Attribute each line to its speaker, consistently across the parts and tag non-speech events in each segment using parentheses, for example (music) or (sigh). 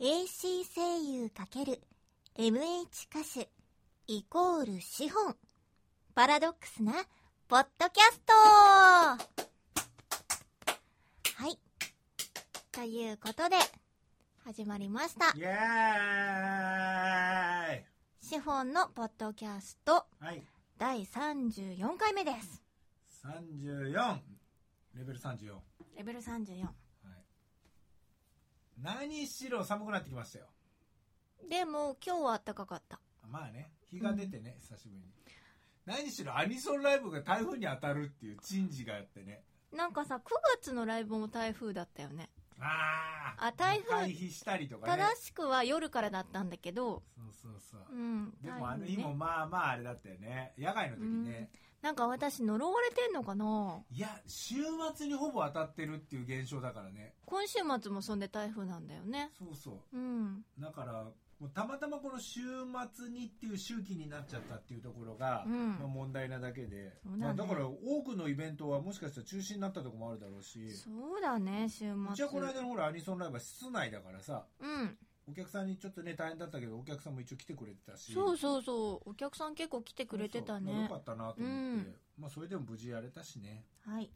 Speaker 1: AC 声優×MH 歌手イコール資本。パラドックスなポッドキャストはい。ということで、始まりました。
Speaker 2: イエーイは
Speaker 1: 資本のポッドキャスト
Speaker 2: い
Speaker 1: 第34回目です。
Speaker 2: 34レベル34、は
Speaker 1: レベル34。
Speaker 2: い、何しろ寒くなってきましたよ
Speaker 1: でも、今日は暖かかった。
Speaker 2: まあね日が出てね、久しぶりに何しろアニソンライブが台風に当たるっていう珍事があってね
Speaker 1: なんかさ、9月のライブも台風だったよね。
Speaker 2: あー
Speaker 1: あ台風
Speaker 2: 回避したりとかね
Speaker 1: 正しくは夜からだったんだけど、
Speaker 2: そうそうそう、
Speaker 1: うん。
Speaker 2: でもあの
Speaker 1: 台
Speaker 2: 日
Speaker 1: 風ね
Speaker 2: もまあまああれだったよね野外の時ね、
Speaker 1: なんか私呪われてんのかない
Speaker 2: や週末にほぼ当たってるっていう現象だからね
Speaker 1: 今週末もそんで台風なんだよね。
Speaker 2: そうそう
Speaker 1: うん。
Speaker 2: だからもうたまたまこの週末にっていう周期になっちゃったっていうところが、
Speaker 1: うん
Speaker 2: まあ、問題なだけで
Speaker 1: そうだね
Speaker 2: まあ、だから多くのイベントはもしかしたら中止になったところもあるだろうし
Speaker 1: そうだね、週末。
Speaker 2: うちはこの間のほらアニソンライブは室内だからさ
Speaker 1: うん。
Speaker 2: お客さんにちょっとね大変だったけどお客さんも一応来てくれてたし
Speaker 1: そう
Speaker 2: う
Speaker 1: そうそう。お客さん結構来てくれてた
Speaker 2: そうまあ
Speaker 1: ね
Speaker 2: よか。ったなと思って、
Speaker 1: うん
Speaker 2: まあ、それでも無事やれたしね
Speaker 1: はい。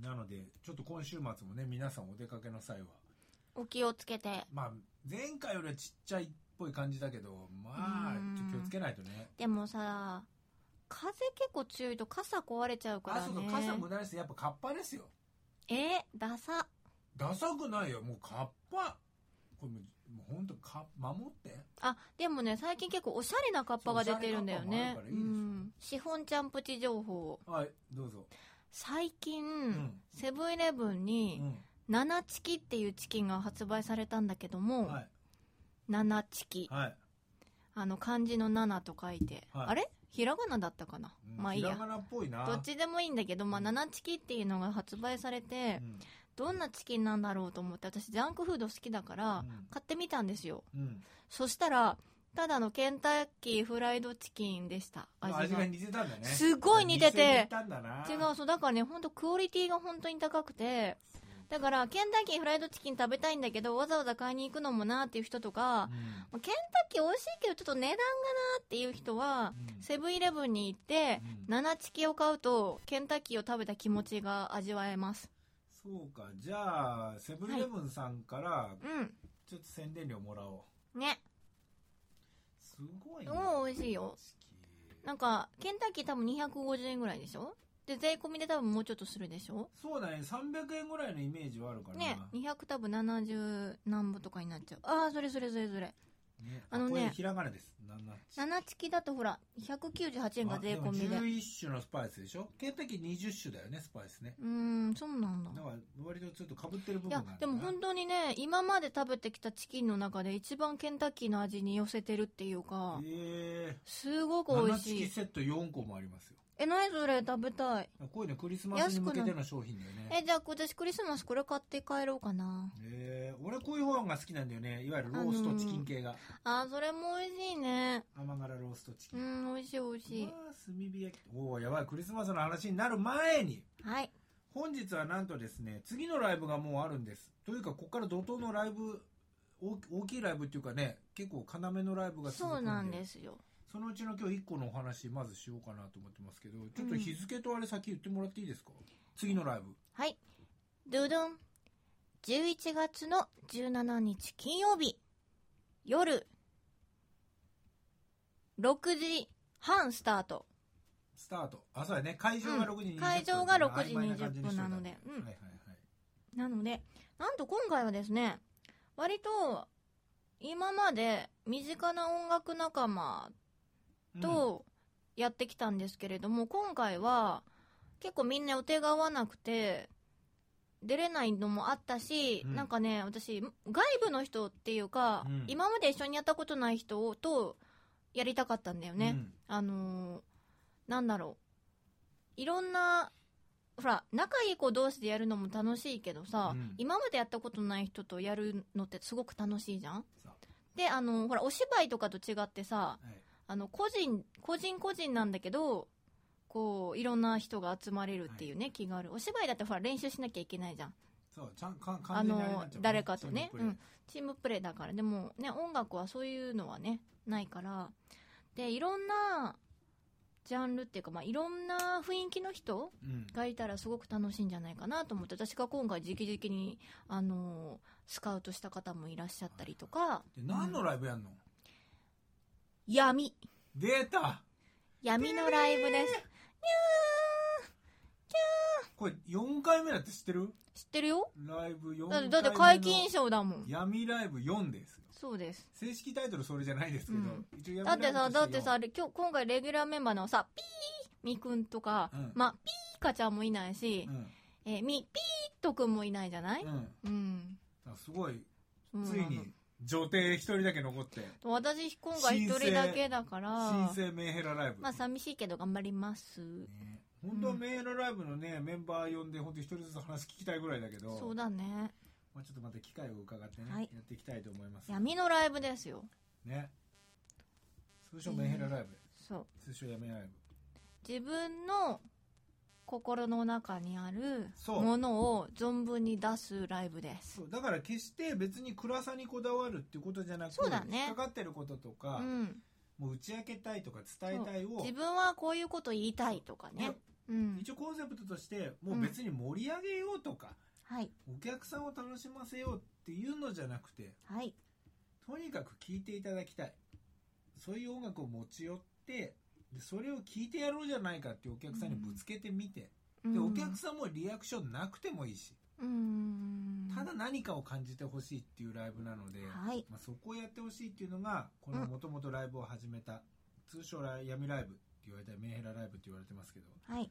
Speaker 2: なのでちょっと今週末もね皆さんお出かけの際は
Speaker 1: お気をつけて。
Speaker 2: まあ前回よりはちっちゃいっぽい感じだけどまあ
Speaker 1: うん
Speaker 2: ちょっと気をつけないとね
Speaker 1: でもさ、風結構強いと傘壊れちゃうから
Speaker 2: あ、そう
Speaker 1: ね
Speaker 2: か、。傘無駄です。やっぱカッパですよ。
Speaker 1: え、ダサ。
Speaker 2: ダサくないよ、もうカッパ。これもう、もう本当か、守って。
Speaker 1: あ、でもね、最近結構おしゃれなカッパが出てるんだよね
Speaker 2: そうおしゃれカッパもあるからい。いで
Speaker 1: う
Speaker 2: すよ
Speaker 1: ん。資本ちゃんプチ情報。
Speaker 2: はい、どうぞ。
Speaker 1: 最近、
Speaker 2: ん
Speaker 1: セブンイレブン
Speaker 2: う
Speaker 1: に、
Speaker 2: ん。
Speaker 1: ナナチキっていうチキンが発売されたんだけども、
Speaker 2: はい。
Speaker 1: ナナチキ。
Speaker 2: はい。
Speaker 1: あの漢字の七と書いて、
Speaker 2: はい
Speaker 1: あれひらがなだったかな、
Speaker 2: うん
Speaker 1: まあいい
Speaker 2: ひ
Speaker 1: や
Speaker 2: らがなっぽいな。
Speaker 1: どっちでもいいんだけど、まあ、
Speaker 2: うん
Speaker 1: 七チキっていうのが発売されて、
Speaker 2: うん。
Speaker 1: どんなチキンなんだろうと思って私ジャンクフード好きだから、
Speaker 2: うん
Speaker 1: 買ってみたんですよ
Speaker 2: うん。
Speaker 1: そしたらただのケンタッキーフライドチキンでした味が
Speaker 2: 味が似てたんだね。
Speaker 1: すごい似てて
Speaker 2: 似たんだな。
Speaker 1: 違う。そうだからね本当クオリティが本当に高くてだからケンタッキーフライドチキン食べたいんだけどわざわざ買いに行くのもなっていう人とか、
Speaker 2: うん。
Speaker 1: まあケンタッキー美味しいけどちょっと値段がなっていう人は、
Speaker 2: うん
Speaker 1: セブンイレブンに行って、
Speaker 2: うん
Speaker 1: 7チキを買うとケンタッキーを食べた気持ちが味わえます
Speaker 2: そうか、じゃあ、セブンイレブンさんから、
Speaker 1: う
Speaker 2: ちょっと宣伝料もらおう。
Speaker 1: んね
Speaker 2: すごい
Speaker 1: すごい美味しいよ。
Speaker 2: チキン
Speaker 1: なんかケンタッキー多分250円ぐらいでしょで税込みで多分もうちょっとするでしょ
Speaker 2: そうだね、300円ぐらいのイメージはあるからな
Speaker 1: ね200多分70何ぼとかになっちゃうああそれそれそれそれ
Speaker 2: ね
Speaker 1: あのね
Speaker 2: これひらがなです。なんな
Speaker 1: 7チキだとほら198円が税込みで
Speaker 2: あも11種のスパイスでしょケンタッキー20種だよね、スパイスね。
Speaker 1: うーんそうなんだ
Speaker 2: だから、割とちょっとかぶってる部
Speaker 1: い
Speaker 2: 分があ
Speaker 1: や
Speaker 2: るな
Speaker 1: でも本当にね今まで食べてきたチキンの中で一番ケンタッキーの味に寄せてるっていうか
Speaker 2: え
Speaker 1: すご
Speaker 2: ー、
Speaker 1: く美
Speaker 2: 7
Speaker 1: 味し
Speaker 2: チキ
Speaker 1: い
Speaker 2: セット4個もありますよ。
Speaker 1: え何それ食べたい
Speaker 2: こういうのクリスマスに向けての商品だよね。
Speaker 1: えじゃあ私クリスマスこれ買って帰ろうかな
Speaker 2: えー、俺こういうご飯が好きなんだよね。いわゆるローストチキン系が。
Speaker 1: あーそれも美味しいね
Speaker 2: 甘辛ローストチキ
Speaker 1: う
Speaker 2: ン。
Speaker 1: ん美味しい美味しい
Speaker 2: まあ、炭火焼き。おおやばい、クリスマスの話になる前に。
Speaker 1: はい
Speaker 2: 本日はなんとですね次のライブがもうあるんですというかここから怒涛のライブ大き大きいライブっていうかね結構要のライブが
Speaker 1: そ
Speaker 2: 続く
Speaker 1: うん
Speaker 2: で
Speaker 1: なんですよ
Speaker 2: そのうちの今日1個のお話まずしようかなと思ってますけどちょっと日付とあれ先言ってもらっていいですか、次のライブ
Speaker 1: はいドゥドン11月の17日金曜日夜6時半スタート
Speaker 2: スタートあそうやね会場が6時20分、
Speaker 1: うん会場が6時20分なので
Speaker 2: 曖昧感じにしといたんだ
Speaker 1: うん
Speaker 2: はいはいはい
Speaker 1: なのでなんと今回はですね割と今まで身近な音楽仲間
Speaker 2: うん
Speaker 1: とやってきたんですけれども、今回は結構みんな予定が合わなくて出れないのもあったし、
Speaker 2: うん
Speaker 1: なんかね私外部の人っていうか、
Speaker 2: うん
Speaker 1: 今まで一緒にやったことない人とやりたかったんだよね、あのーなんだろういろんなほら仲いい子同士でやるのも楽しいけどさ、
Speaker 2: うん
Speaker 1: 今までやったことない人とやるのってすごく楽しいじゃん
Speaker 2: そう
Speaker 1: であのーほらお芝居とかと違ってさ
Speaker 2: うんはい
Speaker 1: あの個人個人個人なんだけどこういろんな人が集まれるっていうね、気があるお芝居だってほら練習しなきゃいけないじゃん
Speaker 2: そうちゃんかん
Speaker 1: あ
Speaker 2: 完全にあれにな
Speaker 1: の
Speaker 2: っちゃうね
Speaker 1: 誰かとね
Speaker 2: チー
Speaker 1: う
Speaker 2: ム
Speaker 1: ん、チームプレーだからでもね音楽はそういうのはねないからでいろんなジャンルっていうか、まあ、いろんな雰囲気の人
Speaker 2: プレーうん
Speaker 1: がいたらすごく楽しいんじゃないかなと思って私が今回直々にあのスカウトした方もいらっしゃったりとか
Speaker 2: で何のライブやんの、
Speaker 1: 闇
Speaker 2: 出た
Speaker 1: 闇のライブです
Speaker 2: これ4回目だって知ってる
Speaker 1: 知ってるよ
Speaker 2: ライブ4
Speaker 1: だっ
Speaker 2: 回
Speaker 1: て
Speaker 2: 目
Speaker 1: だ
Speaker 2: の
Speaker 1: って解禁賞だもん
Speaker 2: 闇ライブ4ですよ
Speaker 1: そうです
Speaker 2: 正式タイトルそれじゃないですけど、
Speaker 1: うん
Speaker 2: 一応闇
Speaker 1: だ
Speaker 2: ラ
Speaker 1: ってさ
Speaker 2: イブ
Speaker 1: だって
Speaker 2: と
Speaker 1: され今日今回レギュラーメンバーのさピーみくんとか、
Speaker 2: うん
Speaker 1: まあピーかちゃんもいないし
Speaker 2: して、よ
Speaker 1: えーみピーっとくんもいないじゃない
Speaker 2: うん、うん
Speaker 1: うん、
Speaker 2: あすごい
Speaker 1: そうな
Speaker 2: つ
Speaker 1: の
Speaker 2: いに女帝一人だけ残って
Speaker 1: 私今回一人だけだから
Speaker 2: 新生メンヘラライブ、
Speaker 1: まあ寂しいけど頑張ります
Speaker 2: ね本当はメンヘラライブのね、メンバー呼んで本当一人ずつ話聞きたいぐらいだけど
Speaker 1: そうだね
Speaker 2: まあ、ちょっとまた機会を伺ってね、
Speaker 1: はい
Speaker 2: やっていきたいと思います
Speaker 1: 闇のライブですよ
Speaker 2: ね通称メンヘラライブ、
Speaker 1: そう
Speaker 2: 通称やめライブ
Speaker 1: 自分の心の中にある
Speaker 2: そう
Speaker 1: ものを存分に出すライブです
Speaker 2: そうだから決して別に暗さにこだわるっていうことじゃなくて
Speaker 1: そうだね
Speaker 2: 引っかかってることと
Speaker 1: う
Speaker 2: か、
Speaker 1: ん
Speaker 2: もう打ち明けたいとか伝えたいを
Speaker 1: 自分はこういうこと言いたいとかねうん
Speaker 2: 一応コンセプトとしてもう別に盛り上げようとか、
Speaker 1: はい
Speaker 2: お客さんを楽しませようっていうのじゃなくて
Speaker 1: はい
Speaker 2: とにかく聴いていただきたいそういう音楽を持ち寄ってでそれを聴いてやろうじゃないかっていうお客さんにぶつけてみて、でお客さんもリアクションなくてもいいし、
Speaker 1: うん
Speaker 2: ただ何かを感じてほしいっていうライブなので、
Speaker 1: はい
Speaker 2: まあ、そこをやってほしいっていうのがこのもともとライブを始めた、通称ラ闇ライブって言われたりメンヘラライブって言われてますけど
Speaker 1: はい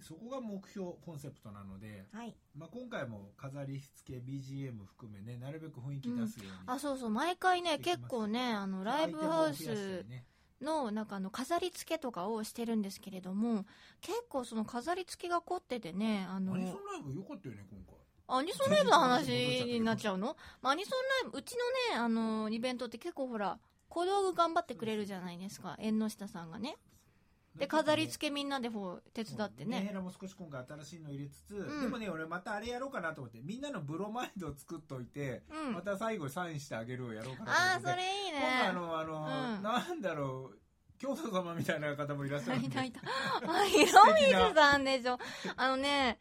Speaker 2: そこが目標コンセプトなので、
Speaker 1: はい
Speaker 2: まあ、今回も飾り付け BGM 含めねなるべく雰囲気出すように、
Speaker 1: あそうそう毎回ね
Speaker 2: できます
Speaker 1: 結構ねあのライブハウス
Speaker 2: ね
Speaker 1: のなんかあの飾り付けとかをしてるんですけれども結構その飾り付けが凝っててねあの
Speaker 2: アニソンライブ良かったよね今回
Speaker 1: アニソンライブの話になっちゃうの、まあ、アニソンライブうちのねあのイベントって結構ほら小道具頑張ってくれるじゃないですか縁の下さんがねで飾り付けみんなでこう手
Speaker 2: け
Speaker 1: 伝って
Speaker 2: メン
Speaker 1: ね
Speaker 2: ヘラも少し今回新しいの入れつつ、
Speaker 1: ん
Speaker 2: でもね俺またあれやろうかなと思ってみんなのブロマイドを作っといて、
Speaker 1: うん
Speaker 2: また最後サインしてあげるをやろうかなと思
Speaker 1: ああ
Speaker 2: っ
Speaker 1: そ
Speaker 2: て
Speaker 1: れいいね
Speaker 2: 今回あのあの、
Speaker 1: うん
Speaker 2: なんだろう教祖様みたいな方もいらっしゃるんで
Speaker 1: いた
Speaker 2: (laughs)
Speaker 1: いた。あ、ひろみずさんでしょ。あのね、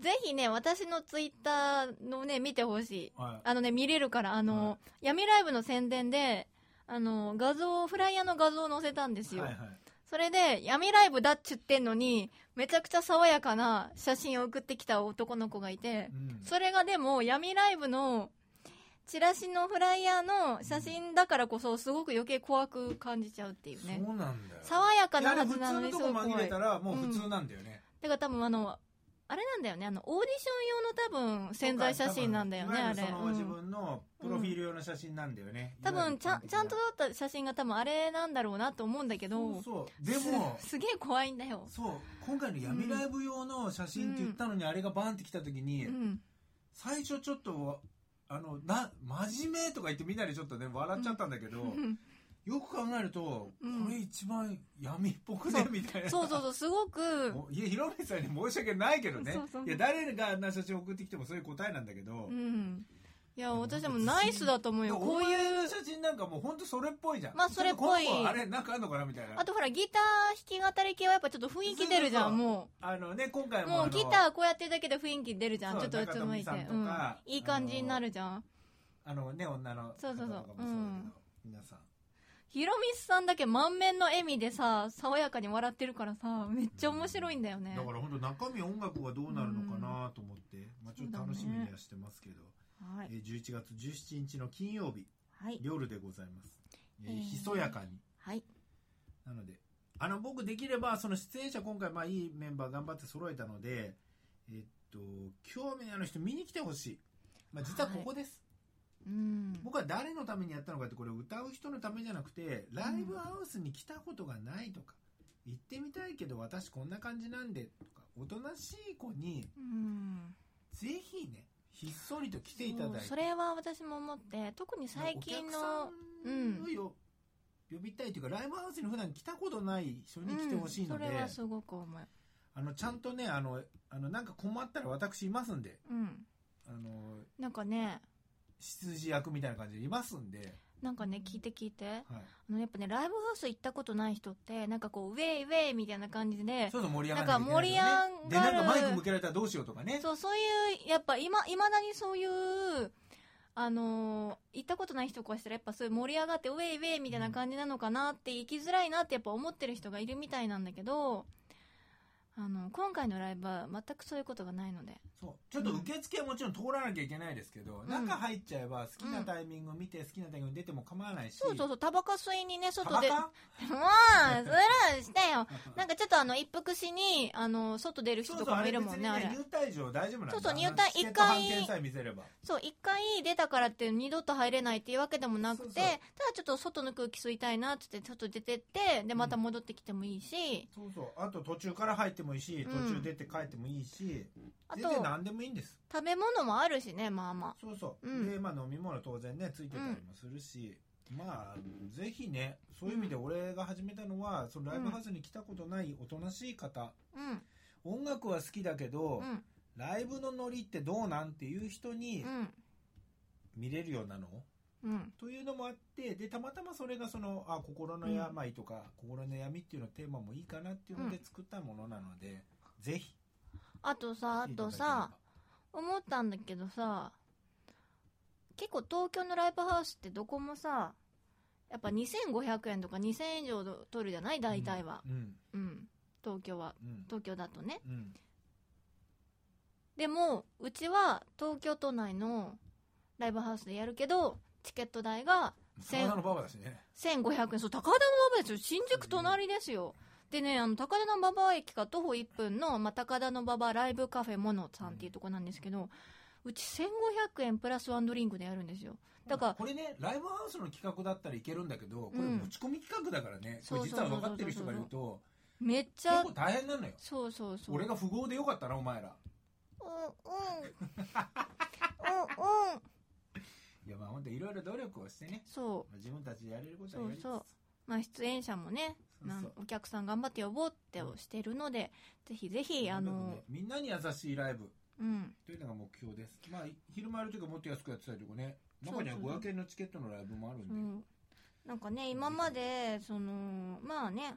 Speaker 1: ぜひね、私のツイッターのね、見てほしい。
Speaker 2: はい
Speaker 1: あのね、見れるから、あの、闇ライブの宣伝で、あの、画像、フライヤーの画像を載せたんですよ。
Speaker 2: はいはい
Speaker 1: それで、闇ライブだっちゅってんのに、めちゃくちゃ爽やかな写真を送ってきた男の子がいて、
Speaker 2: うん
Speaker 1: それがでも、闇ライブの、チラシのフライヤーの写真だからこそ、すごく余計怖く感じちゃうっていうね。
Speaker 2: そうなんだよ
Speaker 1: 爽やかなはず
Speaker 2: い
Speaker 1: な
Speaker 2: や
Speaker 1: のに
Speaker 2: 普
Speaker 1: す
Speaker 2: 通
Speaker 1: ご
Speaker 2: の
Speaker 1: い
Speaker 2: とこ
Speaker 1: 怖
Speaker 2: 紛れ
Speaker 1: い。
Speaker 2: たらもう普通なんだよね、
Speaker 1: だから多分あのあれなんだよねあのオーディション用の多分潜在写真なんだよね
Speaker 2: いわ
Speaker 1: あ
Speaker 2: ゆる
Speaker 1: れ
Speaker 2: その
Speaker 1: うん
Speaker 2: 自分のプロフィール用の写真なんだよね、
Speaker 1: 多分ちゃんちゃんと
Speaker 2: だ
Speaker 1: 撮った写真が多分あれなんだろうなと思うんだけど
Speaker 2: そうそうでも
Speaker 1: すすげえ怖いんだよ、
Speaker 2: そう今回の闇ライブ用の写真って言ったのに、あれがバンってきた時
Speaker 1: う
Speaker 2: に、
Speaker 1: ん、
Speaker 2: 最初ちょっとあのな真面目とか言ってみんなでちょっとね笑っちゃったんだけど、よく考えると、
Speaker 1: うん
Speaker 2: これ一番闇っぽくねみたいな
Speaker 1: そうそうそうすごく
Speaker 2: おいやひろみさんに申し訳ないけどね
Speaker 1: そうそう
Speaker 2: いや誰があんな写真送ってきてもそういう答えなんだけど、
Speaker 1: うんいや私でもナイスだと思う
Speaker 2: で
Speaker 1: よ
Speaker 2: お
Speaker 1: こういう
Speaker 2: 前の写真なんかもう本当それっぽいじゃん
Speaker 1: まあそれっぽい
Speaker 2: ちょとこの子あれなんかあんのかなみたいな
Speaker 1: あとほらギター弾き語り系はやっぱちょっと雰囲気出るじゃんも
Speaker 2: あのね今回
Speaker 1: う
Speaker 2: も
Speaker 1: も
Speaker 2: あ
Speaker 1: う
Speaker 2: の
Speaker 1: ギターこうやってるだけで雰囲気出るじゃん
Speaker 2: そう
Speaker 1: ちょっとうつむいて、
Speaker 2: 中富さんと
Speaker 1: うん
Speaker 2: か、
Speaker 1: いい感じになるじゃん
Speaker 2: あのね女の
Speaker 1: そうそうそう
Speaker 2: 方とかもだけど
Speaker 1: うん
Speaker 2: 皆さん
Speaker 1: ひろみさんだけ満面の笑みでさ爽やかに笑ってるからさめっちゃ面白いんだよね
Speaker 2: だから本当中身音楽はどうなるのかなと思って、まあ、ちょっと楽しみにはしてますけど、
Speaker 1: はい
Speaker 2: えー11月17日の金曜日
Speaker 1: はい
Speaker 2: 夜でございます、えー
Speaker 1: えー
Speaker 2: ひそやかに
Speaker 1: はい
Speaker 2: なのであの僕できればその出演者今回まあいいメンバー頑張って揃えたのでえっと興味のある人見に来てほしい、まあ、実はここです、
Speaker 1: うん
Speaker 2: 僕は誰のためにやったのかってこれ歌う人のためじゃなくてライブハウスに来たことがないとか、行ってみたいけど私こんな感じなんでとかおとなしい子に
Speaker 1: うん
Speaker 2: ぜひねひっそりと来ていただいて
Speaker 1: そうそれは私も思って特に最近の
Speaker 2: お客さんをよ呼びたいというかライブハウスに普段来たことない人に来てほしいので、
Speaker 1: うんそれはすごく思う
Speaker 2: あのちゃんとねあのあのなんか困ったら私いますんで
Speaker 1: うん
Speaker 2: あの
Speaker 1: なんかね
Speaker 2: 執事役みたいな感じでいますんで、
Speaker 1: なんかね聞いて聞いて
Speaker 2: は
Speaker 1: あのやっぱねライブハウス行ったことない人ってなんかこうウェイウェイみたいな感じ
Speaker 2: い、
Speaker 1: で
Speaker 2: そういうの盛り上がらなきゃいけないですよねで
Speaker 1: なんか盛り上がる
Speaker 2: なんかマイク向けられたらどうしようとかね
Speaker 1: そうそういうやっぱ今いまだにそういうあのー行ったことない人からしたらやっぱそういう盛り上がってウェイウェイみたいな感じなのかなって行きづらいなってやっぱ思ってる人がいるみたいなんだけどあの今回のライブは全くそういうことがないので
Speaker 2: そうちょっと受付はもちろん通らなきゃいけないですけど、
Speaker 1: ん
Speaker 2: 中入っちゃえば好きなタイミング見て好きなタイミング出ても構わないし
Speaker 1: そうそうそうタバコ吸いにね
Speaker 2: タ
Speaker 1: 外
Speaker 2: バ
Speaker 1: でも
Speaker 2: カ
Speaker 1: うそれらしてよなんかちょっとあの一服しにあの外出る人とかもいるもんねあれ
Speaker 2: 入退場大丈夫なんだ
Speaker 1: そうそう入退
Speaker 2: あのチケット
Speaker 1: 一回
Speaker 2: 半券さえ見せれば
Speaker 1: そう一回出たからって二度と入れないっていうわけでもなくて
Speaker 2: そうそ
Speaker 1: た
Speaker 2: う
Speaker 1: だちょっと外の空気吸いたいなっつってちょっと出てってでまた戻ってきてもいいし、
Speaker 2: そうそうあと途中から入ってもいいし
Speaker 1: うん
Speaker 2: 途中出て帰ってもいいし、
Speaker 1: あ
Speaker 2: 全然
Speaker 1: と
Speaker 2: 何でもいいんです
Speaker 1: 食べ物もあるしねまあま
Speaker 2: そうそう、
Speaker 1: うん
Speaker 2: でまあ飲み物当然ねついてたりもするし、まあぜひねそういう意味で俺が始めたのはそのライブハウスに来たことないおとなしい方、
Speaker 1: あうん
Speaker 2: 音楽は好きだけど、
Speaker 1: うん
Speaker 2: ライブのノリってどうなんっていう人に
Speaker 1: うん
Speaker 2: 見れるようなの、
Speaker 1: うん
Speaker 2: というのもあってでたまたまそれがそのあ心の病とか、心の闇っていうのテーマもいいかなっていうので作ったものなので、ぜひ
Speaker 1: あとさあとさ思ったんだけどさ結構東京のライブハウスってどこもさやっぱ2500円とか2000円以上取るじゃない大体は、
Speaker 2: うん
Speaker 1: うん、東京は
Speaker 2: うん
Speaker 1: 東京だとね
Speaker 2: うん
Speaker 1: でもうちは東京都内のライブハウスでやるけどチケット代が
Speaker 2: 高田のババだしね
Speaker 1: 1500円そう高田馬場ですよ新宿隣ですよでねあの高田馬場駅から徒歩1分の、まあ、高田馬場ライブカフェモノさんっていうとこなんですけどうち1500円プラスワンドリンクでやるんですよだから
Speaker 2: これねライブハウスの企画だったらいけるんだけどこれ
Speaker 1: うん
Speaker 2: 持ち込み企画だからね、
Speaker 1: そう
Speaker 2: こ
Speaker 1: そ
Speaker 2: れ
Speaker 1: う
Speaker 2: 実は分かってる人がいると
Speaker 1: めっち
Speaker 2: 結
Speaker 1: ゃ
Speaker 2: 構大変なのよ
Speaker 1: そうそうそう
Speaker 2: 俺が富豪でよかったなお前ら
Speaker 1: うんうんうんうん
Speaker 2: いやまあ本当いろいろ努力をしてね
Speaker 1: そう
Speaker 2: まあ自分たちでやれることはやりつつ
Speaker 1: そうまあ、出演者もね
Speaker 2: そう
Speaker 1: なん
Speaker 2: そう
Speaker 1: お客さん頑張って呼ぼうってをしてるので、ぜひぜひあ
Speaker 2: とにか
Speaker 1: の
Speaker 2: くね、みんなに優しいライブ
Speaker 1: うん、
Speaker 2: というのが目標ですまあ昼間やる時はもっと安くやってたりとかね中には
Speaker 1: そうそう
Speaker 2: 500円のチケットのライブもある
Speaker 1: そ
Speaker 2: んで、
Speaker 1: うなんかね今までそのまあね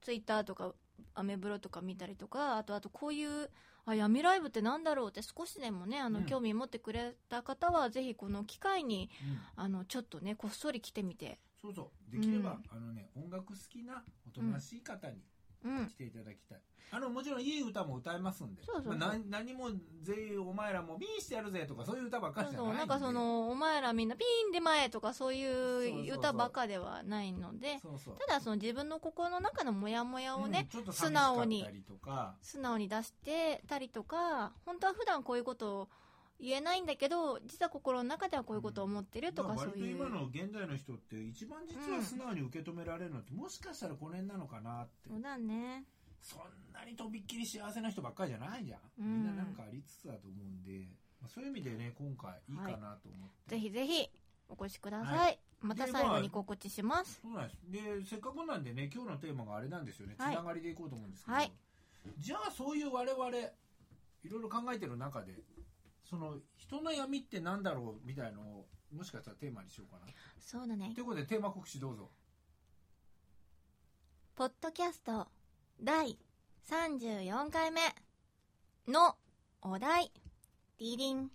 Speaker 1: ツイッターとかアメブロとか見たりとかあとあとこういうあ闇ライブってなんだろうって少しでもねあの、
Speaker 2: うん
Speaker 1: 興味持ってくれた方はぜひこの機会に
Speaker 2: うん
Speaker 1: あのちょっとねこっそり来てみて
Speaker 2: そうそうできれば、
Speaker 1: うん
Speaker 2: あのね音楽好きなおとなしい方に
Speaker 1: うん
Speaker 2: 来ていただきたい、あのもちろんいい歌も歌えますんで
Speaker 1: そうそうそう
Speaker 2: まあな何もぜお前らもビーしてやるぜとかそういう歌ばっか
Speaker 1: そう
Speaker 2: りじゃ
Speaker 1: そう
Speaker 2: な
Speaker 1: ないんかそのお前らみんなピンで前とかそう
Speaker 2: そう
Speaker 1: い
Speaker 2: そうう
Speaker 1: 歌ばかではないので
Speaker 2: そうそう
Speaker 1: ただその自分の心の中のモヤモヤをね、
Speaker 2: うんちょっと
Speaker 1: 素直に
Speaker 2: 寂しかったりとか
Speaker 1: 素直に出してたりとか本当は普段こういうことを言えないんだけど実は心の中ではこういうことを思ってるとか、
Speaker 2: まあ
Speaker 1: そう
Speaker 2: 割と
Speaker 1: いう
Speaker 2: 今の現代の人って一番実は素直に受け止められるのって、もしかしたらこの辺なのかなって
Speaker 1: そうだね
Speaker 2: そんなにとびっきり幸せな人ばっかりじゃないじゃん、
Speaker 1: うん
Speaker 2: みんななんかありつつだと思うんで、まあ、そういう意味でね今回いいかなと思って、
Speaker 1: ぜひぜひお越しください、
Speaker 2: は
Speaker 1: また最後に告知します
Speaker 2: そうなんですでせっかくなんでね今日のテーマがあれなんですよねつ
Speaker 1: はい
Speaker 2: ながりでいこうと思うんですけど、
Speaker 1: はい
Speaker 2: じゃあそういう我々いろいろ考えてる中でその人の闇ってなんだろうみたいのをもしかしたらテーマにしようかな
Speaker 1: そうだね
Speaker 2: ということでテーマ告知どうぞ
Speaker 1: ポッドキャスト第34回目のお題リリン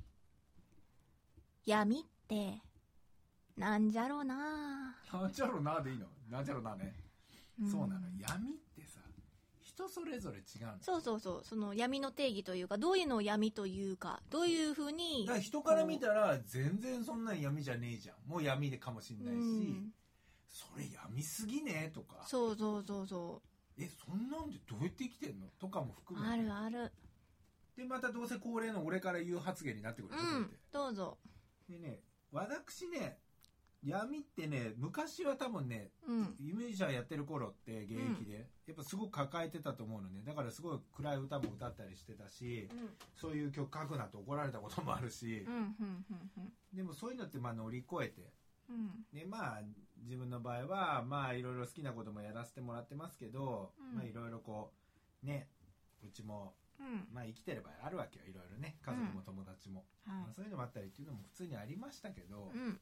Speaker 1: 闇ってなんじゃろうな
Speaker 2: なんちゃろなでいいのなんちゃろなね、
Speaker 1: ん
Speaker 2: そうなの闇ってさ人それぞれ違うの
Speaker 1: そうそうそうその闇の定義というかどういうのを闇というかどういうふうに
Speaker 2: だから人から見たら全然そんなん闇じゃねえじゃんもう闇でかもしん
Speaker 1: う
Speaker 2: ないし、
Speaker 1: ん
Speaker 2: それ闇すぎねとか
Speaker 1: そうそうそうそ
Speaker 2: えそんなんでどうやって生きてんのとかも
Speaker 1: う
Speaker 2: 含めて
Speaker 1: あるある
Speaker 2: でまたどうせ恒例の俺から言う発言になってく
Speaker 1: う
Speaker 2: ると思っ
Speaker 1: ん
Speaker 2: て、
Speaker 1: どうぞ
Speaker 2: でね私ね闇ってね昔は多分ね
Speaker 1: うん
Speaker 2: ミュージシャンやってる頃って現役で、やっぱすごく抱えてたと思うのねだからすごい暗い歌も歌ったりしてたし
Speaker 1: うん
Speaker 2: そういう曲書くなって怒られたこともあるし
Speaker 1: う、んうんうんうん
Speaker 2: でもそういうのってまあ乗り越えて
Speaker 1: うん
Speaker 2: でまあ自分の場合はまあいろいろ好きなこともやらせてもらってますけど、
Speaker 1: うん
Speaker 2: まあいろいろこうねうちも
Speaker 1: うん
Speaker 2: まあ生きてればあるわけよいろいろね家族も友達も、
Speaker 1: は
Speaker 2: まあそういうのもあったりっていうのも普通にありましたけど、
Speaker 1: いうん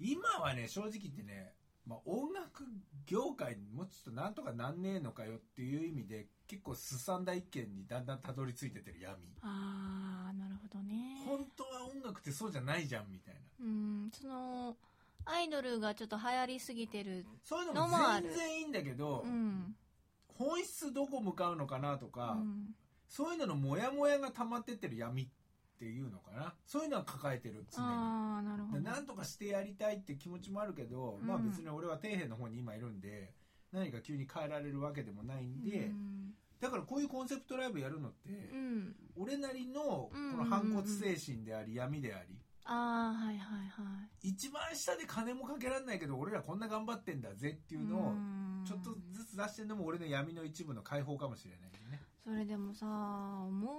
Speaker 2: 今はね正直言ってね、まあ、音楽業界にもうちょっとなんとかなんねえのかよっていう意味で結構すさんだ意見にだんだんたどり着いてってる闇
Speaker 1: あーなるほどね
Speaker 2: 本当は音楽ってそうじゃないじゃんみたいな
Speaker 1: うんそのアイドルがちょっと流行りすぎてる
Speaker 2: そういう
Speaker 1: の
Speaker 2: のも
Speaker 1: もある
Speaker 2: 全然いいんだけど、
Speaker 1: うん
Speaker 2: 本質どこ向かうのかなと
Speaker 1: う
Speaker 2: か、
Speaker 1: ん
Speaker 2: そういうののモヤモヤが溜まってってる闇っていうのかなそういうのは抱えてる常に。
Speaker 1: ああなるほ
Speaker 2: で
Speaker 1: ど
Speaker 2: なんとかしてやりたいって気持ちもあるけど、
Speaker 1: うん
Speaker 2: まあ別に俺は底辺の方に今いるんで何か急に変えられるわけでもないんで、
Speaker 1: うん
Speaker 2: だからこういうコンセプトライブやるのって、
Speaker 1: うん
Speaker 2: 俺なりのこ
Speaker 1: うん
Speaker 2: の反骨精神であり闇であり
Speaker 1: ああはいはいはい
Speaker 2: 一番下で金もかけられないけど俺らこんな頑張ってんだぜっていうのを
Speaker 1: ん
Speaker 2: ちょっとずつ出してるのも俺の闇の一部の解放かもしれないけどね
Speaker 1: それでもさ思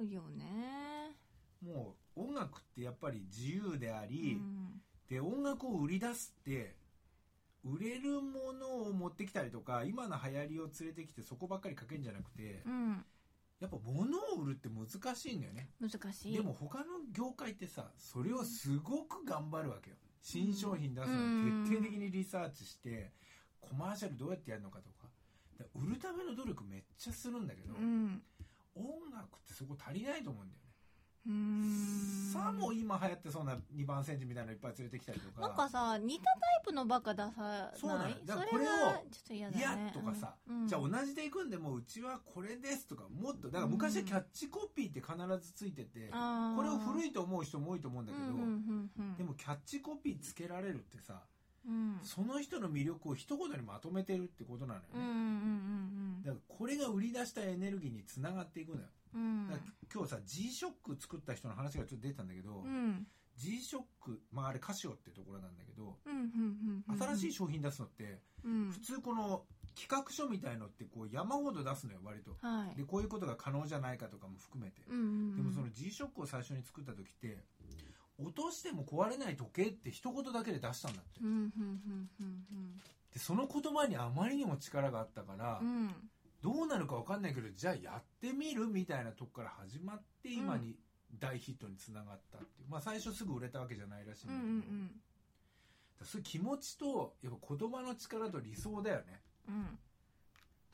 Speaker 1: うよね
Speaker 2: もう音楽ってやっぱり自由であ
Speaker 1: う
Speaker 2: り、
Speaker 1: ん
Speaker 2: で音楽を売り出すって売れるものを持ってきたりとか今の流行りを連れてきてそこばっかりかけんじゃなくて
Speaker 1: うん、
Speaker 2: やっぱ物を売るって難しいんだよね
Speaker 1: 難しい
Speaker 2: でも他の業界ってさそれをすごく頑張るわけよ新商品出すのに徹底的にリサーチしてコマーシャルどうやってやるのかとかだから売るための努力めっちゃするんだけど
Speaker 1: うん
Speaker 2: 音楽ってそこ足りないと思うんだよね
Speaker 1: うん
Speaker 2: さあもう今流行ってそうな2番センチみたいなのいっぱい連れてきたりとか
Speaker 1: なんかさ似たタイプのバカ出さない
Speaker 2: そうなのだから
Speaker 1: それがち
Speaker 2: これを
Speaker 1: ょっと嫌だね
Speaker 2: いやとかさ
Speaker 1: うん
Speaker 2: じゃあ同じでいくんでもううちはこれですとかもっとだから昔はキャッチコピーって必ずついてて
Speaker 1: あー
Speaker 2: これを古いと思う人も多いと思うんだけ
Speaker 1: うんうんう
Speaker 2: ど
Speaker 1: んうん
Speaker 2: でもキャッチコピーつけられるってさ
Speaker 1: うん
Speaker 2: その人の魅力を一言にまとめてるってことなの
Speaker 1: うんうん
Speaker 2: よねだからこれが売り出したエネルギーにつながっていくのよ
Speaker 1: うんうん
Speaker 2: だから今日さ G-SHOCK 作った人の話がちょっと出たんだけど
Speaker 1: うん
Speaker 2: G-SHOCK まああれカシオってところなんだけど
Speaker 1: うんうんうんうん
Speaker 2: 新しい商品出すのって
Speaker 1: うん
Speaker 2: 普通この企画書みたいのってこう山ほど出すのよ割と
Speaker 1: はい
Speaker 2: でこういうことが可能じゃないかとかも含めて、
Speaker 1: うんうんうん
Speaker 2: でもその G ショックを最初に作った時って落としても壊れない時計って一言だけで出したんだって、
Speaker 1: うんうんうんうんうん
Speaker 2: でその言葉にあまりにも力があったから、
Speaker 1: うん
Speaker 2: どうなるか分かんないけどじゃあやってみるみたいなとこから始まって今に大ヒットにつながったっていう、まあ最初すぐ売れたわけじゃないらしいん
Speaker 1: う
Speaker 2: だ
Speaker 1: ん
Speaker 2: け
Speaker 1: う
Speaker 2: ど、
Speaker 1: ん
Speaker 2: だからそういう気持ちとやっぱ言葉の力と理想だよね
Speaker 1: うん
Speaker 2: だか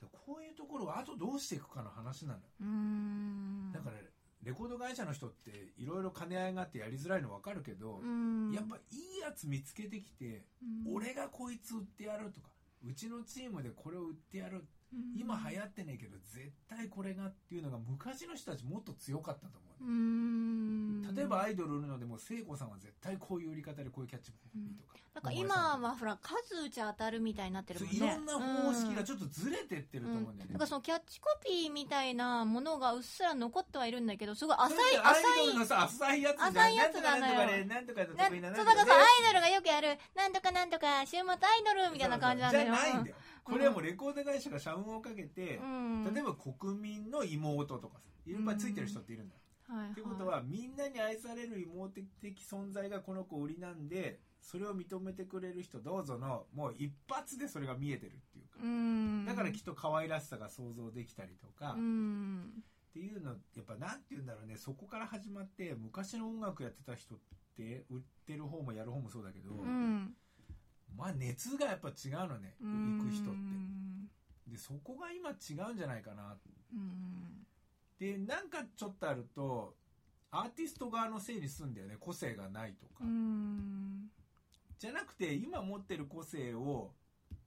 Speaker 2: らこういうところをあとどうしていくかの話なのよ
Speaker 1: うん
Speaker 2: だからレコード会社の人っていろいろ兼ね合いがあってやりづらいの分かるけど、
Speaker 1: うん
Speaker 2: やっぱいいやつ見つけてきて、
Speaker 1: うん
Speaker 2: 俺がこいつ売ってやるとかうちのチームでこれを売ってやる
Speaker 1: うん
Speaker 2: 今流行ってねえけど絶対これがっていうのが昔の人たちもっと強かったと
Speaker 1: う
Speaker 2: 思うね、
Speaker 1: ーん
Speaker 2: 例えばアイドル売るのでも聖子さんは絶対こういう売り方でこういうキャッチコピーとか,、
Speaker 1: なんか今はほら数打ち当たるみたいになってるもんね
Speaker 2: そういろんな方式が
Speaker 1: ょっ
Speaker 2: ちょっとずれてってると思うんだよね、
Speaker 1: なんかそのキャッチコピーみたいなものがうっすら残ってはいるんだけどすごい浅い
Speaker 2: それって
Speaker 1: 浅
Speaker 2: アイド
Speaker 1: い
Speaker 2: ルのさ浅いやつじゃん
Speaker 1: 浅いやつなのよ
Speaker 2: なんとかなんとかでなんとか
Speaker 1: な
Speaker 2: だ
Speaker 1: そ
Speaker 2: 得
Speaker 1: う
Speaker 2: 意な
Speaker 1: だか
Speaker 2: んと
Speaker 1: ら
Speaker 2: か
Speaker 1: さ
Speaker 2: で
Speaker 1: アイドルがよくやるなんとかなんとか週末アイドルみたいな感じなんだよ
Speaker 2: じゃないんだよ
Speaker 1: うん
Speaker 2: これはもうレコード会社が社運をかけて、
Speaker 1: うん
Speaker 2: 例えば国民の妹とかさいっぱいついてる人っているんだよ、
Speaker 1: はいはい
Speaker 2: ってことはみんなに愛される妹的存在がこの子売りなんでそれを認めてくれる人どうぞのもう一発でそれが見えてるっていうか
Speaker 1: う、ん
Speaker 2: だからきっと可愛らしさが想像できたりとか、
Speaker 1: う
Speaker 2: っ
Speaker 1: ん
Speaker 2: ていうのやっぱなんて言うんだろうねそこから始まって昔の音楽やってた人って売ってる方もやる方もそうだけど、
Speaker 1: うん
Speaker 2: まあ熱がやっぱ違うのね
Speaker 1: うん
Speaker 2: 行く人ってでそこが今違うんじゃないかなって
Speaker 1: うん
Speaker 2: でなんかちょっとあるとアーティスト側のせいにすんだよね個性がないとか、
Speaker 1: うん
Speaker 2: じゃなくて今持ってる個性を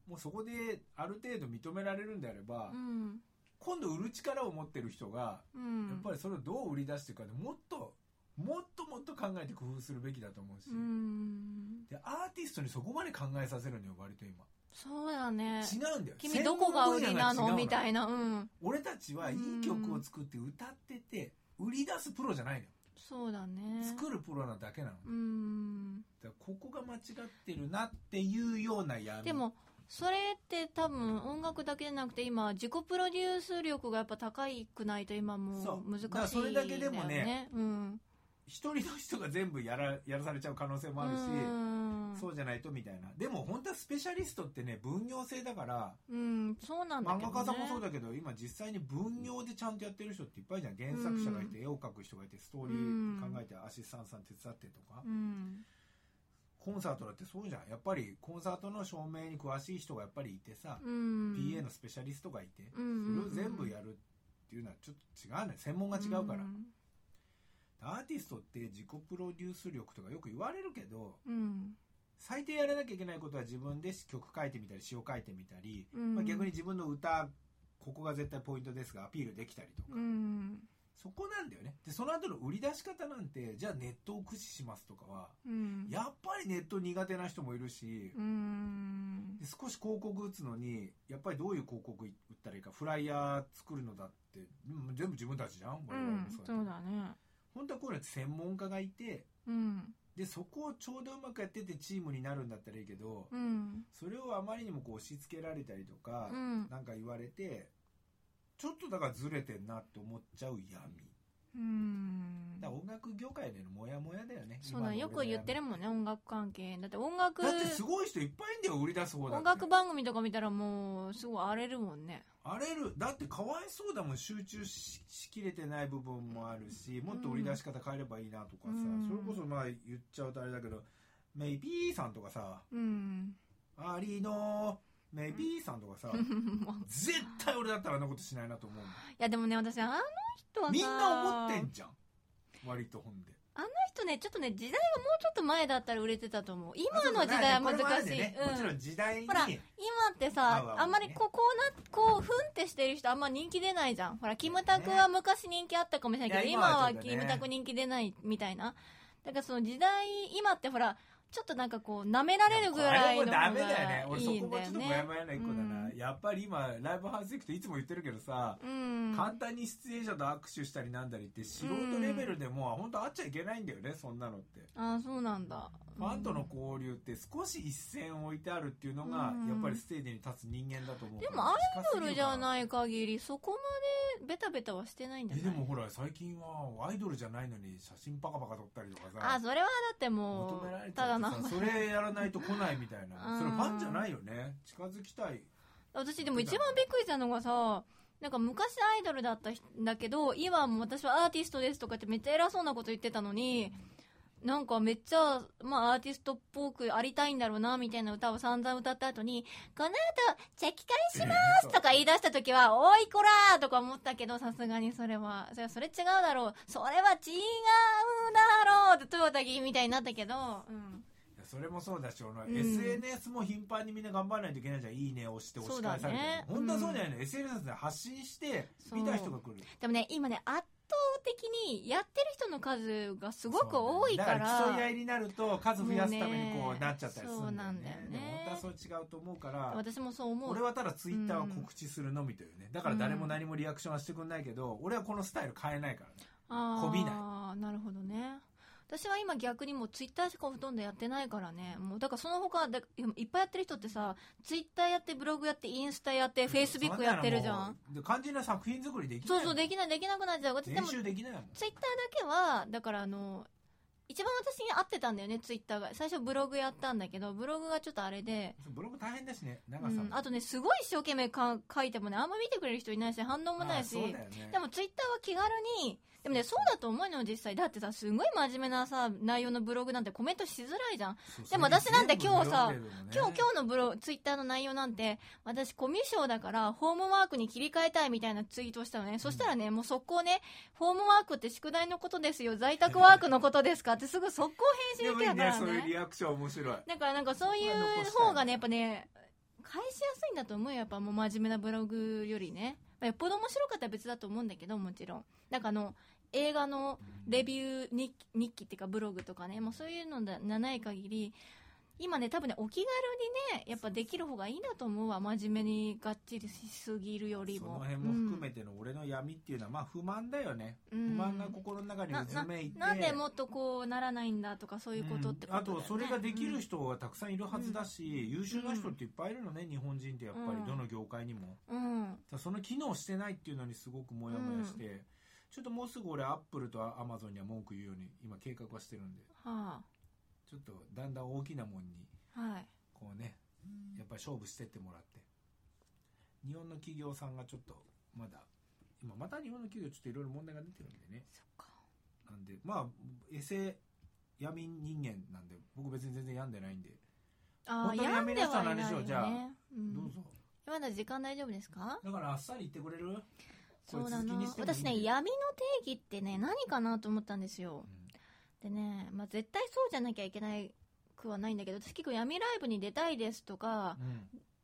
Speaker 2: もうそこである程度認められるんであれば、
Speaker 1: うん
Speaker 2: 今度売る力を持ってる人が
Speaker 1: うん
Speaker 2: やっぱりそれをどう売り出していくかでもっともっともっと考えて工夫するべきだと思うし、
Speaker 1: うん
Speaker 2: でアーティストにそこまで考えさせるのよ割と今
Speaker 1: そうだね
Speaker 2: 違うんだよ
Speaker 1: 君どこが売りな
Speaker 2: 専門分野が違う
Speaker 1: のみたいなうん
Speaker 2: 俺たちはいい曲を作って歌ってて売り出すプロじゃないのよ
Speaker 1: そうだね
Speaker 2: 作るプロなだけなの
Speaker 1: うん
Speaker 2: だからここが間違ってるなっていうような闇
Speaker 1: でもそれって多分音楽だけじゃなくて今自己プロデュース力がやっぱ高いくないと今も
Speaker 2: そう
Speaker 1: 難しいん
Speaker 2: だからそれだけでもね
Speaker 1: だようん
Speaker 2: 一人の人が全部やらやらされちゃう可能性もあるし、
Speaker 1: うんうん
Speaker 2: そうじゃないとみたいなでも本当はスペシャリストってね分業制だから
Speaker 1: うんそうなんだ
Speaker 2: 漫
Speaker 1: けど、
Speaker 2: 画
Speaker 1: ね、
Speaker 2: 家さんもそうだけど今実際に分業でちゃんとやってる人っていっぱいじゃん原作者がいて、絵を描く人がいてストーリー考えてアシスタントさん手伝ってとか、
Speaker 1: うん
Speaker 2: コンサートだってそうじゃんやっぱりコンサートの照明に詳しい人がやっぱりいてさ、
Speaker 1: うん
Speaker 2: PA のスペシャリストがいて、
Speaker 1: うんうんうん
Speaker 2: それを全部やるっていうのはちょっと違うね専門が違うから、
Speaker 1: うん
Speaker 2: アーティストって自己プロデュース力とかよく言われるけど
Speaker 1: うん
Speaker 2: 最低やらなきゃいけないことは自分で曲書いてみたり詩を書いてみたり、
Speaker 1: うん
Speaker 2: まあ、逆に自分の歌ここが絶対ポイントですがアピールできたりと
Speaker 1: う
Speaker 2: か、
Speaker 1: ん
Speaker 2: そこなんだよねでその後の売り出し方なんてじゃあネットを駆使しますとかは
Speaker 1: うん
Speaker 2: やっぱりネット苦手な人もいるし、
Speaker 1: うん
Speaker 2: で少し広告打つのにやっぱりどういう広告打ったらいいかフライヤー作るのだってうん全部自分たちじゃん
Speaker 1: う
Speaker 2: 我々も
Speaker 1: ん
Speaker 2: そうだけど
Speaker 1: そうだね
Speaker 2: 本当はこういうのって専門家がいて
Speaker 1: うん
Speaker 2: でそこをちょうどうまくやっててチームになるんだったらいいけど、
Speaker 1: うん
Speaker 2: それをあまりにもこう押し付けられたりとか、
Speaker 1: うん
Speaker 2: なんか言われてちょっとだからずれてんなって思っちゃう闇
Speaker 1: うん
Speaker 2: だから音楽業界でのモヤモヤだよね
Speaker 1: そうだねよく言ってる
Speaker 2: も
Speaker 1: もんね音楽関係だって音楽
Speaker 2: だってすごい人いっぱいいんだよ売り出す方だって
Speaker 1: 音楽番組とか見たらもうすごい荒れるもんね
Speaker 2: 荒れるだってかわいそうだもん集中ししきれてない部分もあるしもっと売り出し方変えればいいなとかさ、
Speaker 1: うん
Speaker 2: それこそまあ言っちゃうとあれだけどメイビーさんとかさ
Speaker 1: うん
Speaker 2: アリのメイビーさんとかさ、
Speaker 1: (laughs) い
Speaker 2: 絶対俺だったらあんなことしないなと思うもん
Speaker 1: やでもね私あの人はさ
Speaker 2: みんな思ってんじゃん割と本で
Speaker 1: あの人ねちょっとね時代がもうちょっと前だったら売れてたと思う今の時代は難しい、
Speaker 2: ね、
Speaker 1: うん
Speaker 2: もちろん時代に
Speaker 1: ほら今って
Speaker 2: あ
Speaker 1: さ
Speaker 2: わわわね
Speaker 1: あんまりこうこうなこうふんってしてる人あんま人気出ないじゃんほらキムタクは昔人気あったかもしれないけど
Speaker 2: いや
Speaker 1: 今は
Speaker 2: 今はちょっとね
Speaker 1: キムタク人気出ないみたいなだからその時代今ってほらちょっとなんかこう舐められるぐらいの
Speaker 2: これも
Speaker 1: 方
Speaker 2: ダメだよね
Speaker 1: が
Speaker 2: 俺
Speaker 1: い
Speaker 2: そ
Speaker 1: い
Speaker 2: こ
Speaker 1: ん
Speaker 2: も
Speaker 1: だ
Speaker 2: ちょ
Speaker 1: よ
Speaker 2: っともやも
Speaker 1: ね
Speaker 2: やな一個だな、
Speaker 1: うん
Speaker 2: やっぱり今ライブハウス行くといつも言ってるけどさ、
Speaker 1: うん
Speaker 2: 簡単に出演者と握手したりなんだりって素人レベルでもう本当会っちゃいけないんだよねそんなのって
Speaker 1: ああそうなんだ
Speaker 2: ファンとの交流って少し一線を置いてあるっていうのが
Speaker 1: うん
Speaker 2: やっぱりステージに立つ人間だと思う
Speaker 1: でもアアイドルじゃ
Speaker 2: い
Speaker 1: ない限りそこまでベタベタはしてないんじゃ
Speaker 2: え
Speaker 1: ない
Speaker 2: でもほら最近はアイドルじゃないのに写真パカパカ撮ったりとかさ
Speaker 1: あそれはだっても
Speaker 2: 求められ
Speaker 1: う
Speaker 2: ちゃ
Speaker 1: た
Speaker 2: っ
Speaker 1: だ
Speaker 2: て
Speaker 1: の
Speaker 2: さそれやらないと来ないみたいな
Speaker 1: うん
Speaker 2: それファンじゃないよね近づきたい
Speaker 1: 私でも一番びっくりしたのがさなんか昔アイドルだった人だけど今はもう私はアーティストですとかってめっちゃ偉そうなこと言ってたのになんかめっちゃ、まあ、アーティストっぽくありたいんだろうなみたいな歌を散々歌った後に「この後チェキ返しま」
Speaker 2: ます
Speaker 1: とか言い出した時は「おいこら!」とか思ったけどさすがにそれはそれそれ違うだろうそれは違うだろうって豊田議員みたいになったけど、うん、
Speaker 2: それもそうだしその
Speaker 1: うん
Speaker 2: SNS も頻繁にみんな頑張らないといけないじゃん「いいね」押して押し返され
Speaker 1: そうだ
Speaker 2: て
Speaker 1: ね
Speaker 2: 本当はそうじゃないの SNS で発信して見た人が来る
Speaker 1: でもね今ね圧倒的にやってる人の数がすごく多いから
Speaker 2: だから競い合いになると数増やすためにこ
Speaker 1: もう
Speaker 2: う
Speaker 1: ね
Speaker 2: なっちゃったりするんだよ
Speaker 1: そうなんだ
Speaker 2: ね
Speaker 1: よね
Speaker 2: でも本当はそれ違うと思うから
Speaker 1: 私もそう思う
Speaker 2: 俺はただツイッターは告知するのみというねだから誰も何もリアクションはしてくんないけど俺はこのスタイル変えないからね
Speaker 1: あ
Speaker 2: こび
Speaker 1: あなるほどね私は今逆にもうツイッターしかほとんどやってないからねもうだからその他でいっぱいやってる人ってさツイッターやってブログやってインスタやってフェイスビックやってるじゃん
Speaker 2: そんなのもうで肝心な作品作りできない
Speaker 1: そうそうできないできなくなっちゃう私で
Speaker 2: 練
Speaker 1: もツイ
Speaker 2: 習
Speaker 1: ッ
Speaker 2: できないもん
Speaker 1: ターだけはだからあの一番私に合ってたんだよねツイッターが最初ブログやったんだけどブログがちょっとあれで
Speaker 2: ブログ大変だしね長
Speaker 1: う
Speaker 2: さも、
Speaker 1: ん、あとねすごい一生懸命か書いてもねあんま見てくれる人いないし反応もないし、
Speaker 2: あそうだよね
Speaker 1: でもツイッターは気軽にでもねそうだと思うのよ実際だってさすごい真面目なさ内容のブログなんてコメントしづらいじゃん、
Speaker 2: そう
Speaker 1: でも私なんて
Speaker 2: それ全部
Speaker 1: 今日さ
Speaker 2: 読んでるのね
Speaker 1: 今日今日のブロツイッターの内容なんて私コミュ障だからホームワークに切り替えたいみたいなツイートをしたのね、そしたらねもう速攻ねホームワークって宿題のことですよ在宅ワークのことですかってすぐ速攻返
Speaker 2: で
Speaker 1: 信
Speaker 2: も
Speaker 1: でき
Speaker 2: いい
Speaker 1: るか
Speaker 2: ね
Speaker 1: ら
Speaker 2: そういう
Speaker 1: ね
Speaker 2: リアクション面白い
Speaker 1: だからなんかそういう方がねやっぱね返しやすいんだと思うよやっぱもう真面目なブログよりねまあよっぽど面白かったら別だと思うんだけどもちろんなんかあの映画のレビュー日記日記っていうかブログとかねもうそういうのじゃない限り今ね多分ねお気軽にねやっぱできる方がいいんだと思うわ真面目にがっちりしすぎるより
Speaker 2: そ
Speaker 1: も
Speaker 2: の辺も含めての俺の闇っていうのはまあ不満だよね、
Speaker 1: うん
Speaker 2: 不満が心の中に
Speaker 1: な
Speaker 2: うずめいて
Speaker 1: ななんでもっとこうならないんだとかそういうことってことだよね、
Speaker 2: うんあとそれができる人がたくさんいるはずだし、優秀な人っていっぱいいるのね日本人ってやっぱり
Speaker 1: うん
Speaker 2: どの業界にも、
Speaker 1: うん、うん
Speaker 2: ただその機能してないっていうのにすごくモヤモヤして、ちょっともうすぐ俺アップルとアマゾンには文句言うように今計画はしてるんで
Speaker 1: はあ
Speaker 2: ちちょっとだんだん大きなもんに
Speaker 1: はい
Speaker 2: こうねやっぱり勝負してってもらって日本の企業さんがちょっとまだ今また日本の企業ちょっといろいろ問題が出てるんでね
Speaker 1: そっか
Speaker 2: なんでまあエセ闇人間なんで僕別に全然病んでないんで
Speaker 1: あ
Speaker 2: 本
Speaker 1: ー
Speaker 2: 当にや
Speaker 1: 病ん
Speaker 2: め
Speaker 1: で
Speaker 2: る人
Speaker 1: は
Speaker 2: はい何で
Speaker 1: ない
Speaker 2: しょ
Speaker 1: よ
Speaker 2: うじゃあ
Speaker 1: ねうん
Speaker 2: どうぞ
Speaker 1: まだ時間大丈夫ですか
Speaker 2: だからあっさり言ってくれる
Speaker 1: そうだ
Speaker 2: これ続
Speaker 1: な
Speaker 2: きにしてもいい
Speaker 1: 私ね闇の定義ってね何かなと思ったんですよでね、まあ、絶対そうじゃなきゃいけないくはないんだけど私結構闇ライブに出たいですとか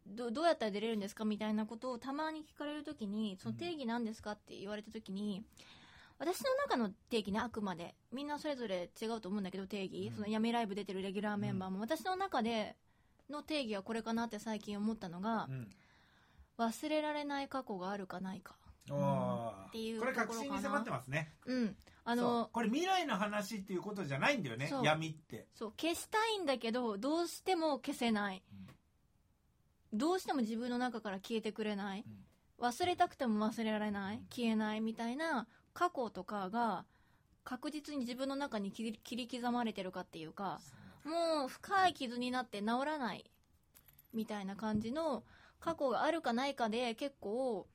Speaker 2: うん
Speaker 1: どどうやったら出れるんですかみたいなことをたまに聞かれるときにその定義なんですかって言われたときに、私の中の定義ねあくまでみんなそれぞれ違うと思うんだけど定義、
Speaker 2: うん
Speaker 1: その闇ライブ出てるレギュラーメンバーも、私の中での定義はこれかなって最近思ったのが
Speaker 2: う、ん
Speaker 1: 忘れられない過去があるかないか
Speaker 2: あー
Speaker 1: っていう
Speaker 2: これ
Speaker 1: ところかな
Speaker 2: 確信に迫ってますね
Speaker 1: うんあ
Speaker 2: そう
Speaker 1: の
Speaker 2: これ未来の話っていうことじゃないんだよね
Speaker 1: そう
Speaker 2: 闇って
Speaker 1: そう消したいんだけどどうしても消せない、どうしても自分の中から消えてくれない、忘れたくても忘れられない、
Speaker 2: うん
Speaker 1: 消えないみたいな過去とかが確実に自分の中に切り切り刻まれてるかっていうかもう深い傷になって治らないみたいな感じの過去があるかないかで結構、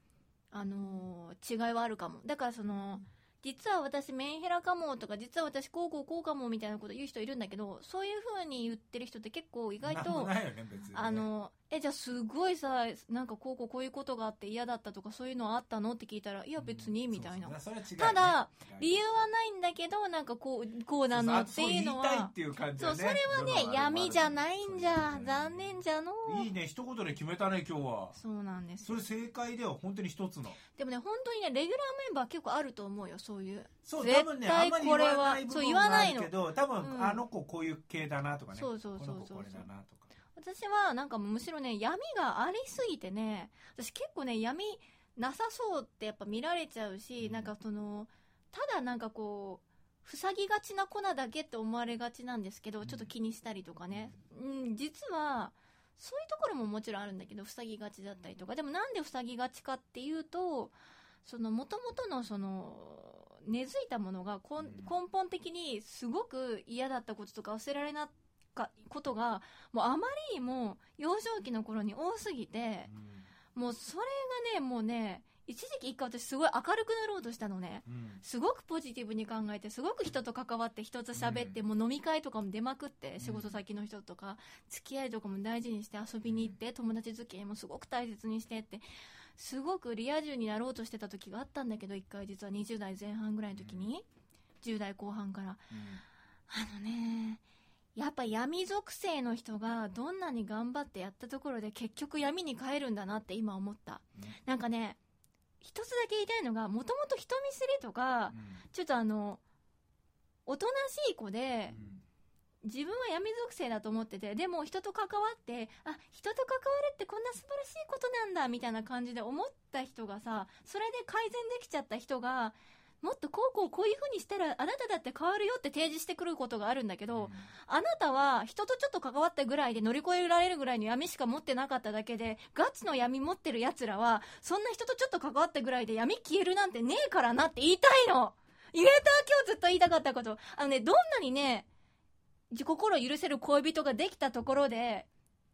Speaker 1: あのー違いはあるかもだからその実は私メンヘラかもとか実は私こうこうこうかもみたいなこと言う人いるんだけどそういう風に言ってる人って結構意外
Speaker 2: なんも
Speaker 1: と
Speaker 2: ないよね別にね
Speaker 1: あのえじゃあすごいさなんかこうこうこういうことがあって嫌だったとかそういうのあったのって聞いたらいや別にみたいな、
Speaker 2: うんそうそうそれは
Speaker 1: た
Speaker 2: 違うね
Speaker 1: だ
Speaker 2: 違うね
Speaker 1: 理由はないんだけどなんかこうこうなのっていうの
Speaker 2: そうそう言いたいっ
Speaker 1: は
Speaker 2: ていう感じ
Speaker 1: そう
Speaker 2: だ
Speaker 1: それはね闇じゃないんじゃ残念じゃの
Speaker 2: いいね一言で決めたね今日は
Speaker 1: そうなんです
Speaker 2: それ正解では本当に一つの
Speaker 1: でもね本当にねレギュラーメンバー結構あると思うよそういう
Speaker 2: そう
Speaker 1: 絶対
Speaker 2: 多分ねあんまり言
Speaker 1: これは
Speaker 2: わない部
Speaker 1: そう
Speaker 2: 分
Speaker 1: 言わ
Speaker 2: があ
Speaker 1: ない
Speaker 2: る
Speaker 1: の
Speaker 2: けど多
Speaker 1: う
Speaker 2: 分
Speaker 1: ん
Speaker 2: あの子こういう系だなとかね
Speaker 1: そうそうそうそう
Speaker 2: この子これだなとか
Speaker 1: 私はなんかむしろね闇がありすぎてね私結構ね闇なさそうってやっぱ見られちゃうし、
Speaker 2: うん
Speaker 1: なんかそのただなんかこう塞ぎがちな粉だけって思われがちなんですけど、
Speaker 2: うん
Speaker 1: ちょっと気にしたりとかね、うん、実はそういうところももちろんあるんだけど塞ぎがちだったりとかでもなんで塞ぎがちかっていうとその元々のその根付いたものがこん
Speaker 2: うん
Speaker 1: 根本的にすごく嫌だったこととか忘れられなかったことがもうあまりにも幼少期の頃に多すぎてもうそれがねもうね一時期一回私すごい明るくなろうとしたのね
Speaker 2: うんうん
Speaker 1: すごくポジティブに考えてすごく人と関わって人と喋って、
Speaker 2: うん
Speaker 1: もう飲み会とかも出まくって、
Speaker 2: ん
Speaker 1: 仕事先の人とか付き合いとかも大事にして遊びに行って、友達付き合いもすごく大切にしてってすごくリア充になろうとしてた時があったんだけど一回実は20代前半ぐらいの時に、10代後半からあのねやっぱ闇属性の人がどんなに頑張ってやったところで結局闇に帰るんだなって今思った
Speaker 2: うん
Speaker 1: なんかね一つだけ言いたいのがもともと人見知りとか、
Speaker 2: うん
Speaker 1: ちょっとあの、おとなしい子で
Speaker 2: う、ん
Speaker 1: 自分は闇属性だと思ってて、でも人と関わって、あ、人と関わるってこんな素晴らしいことなんだ、みたいな感じで思った人がさ、それで改善できちゃった人が、もっとこうこうこういう風にしたらあなただって変わるよって提示してくることがあるんだけど、あなたは人とちょっと関わったぐらいで乗り越えられるぐらいの闇しか持ってなかっただけで、ガチの闇持ってる奴らは、そんな人とちょっと関わったぐらいで闇消えるなんてねえからなって言いたいの言えた今日ずっと言いたかったこと。あのね、どんなにね、自心を許せる恋人ができたところで、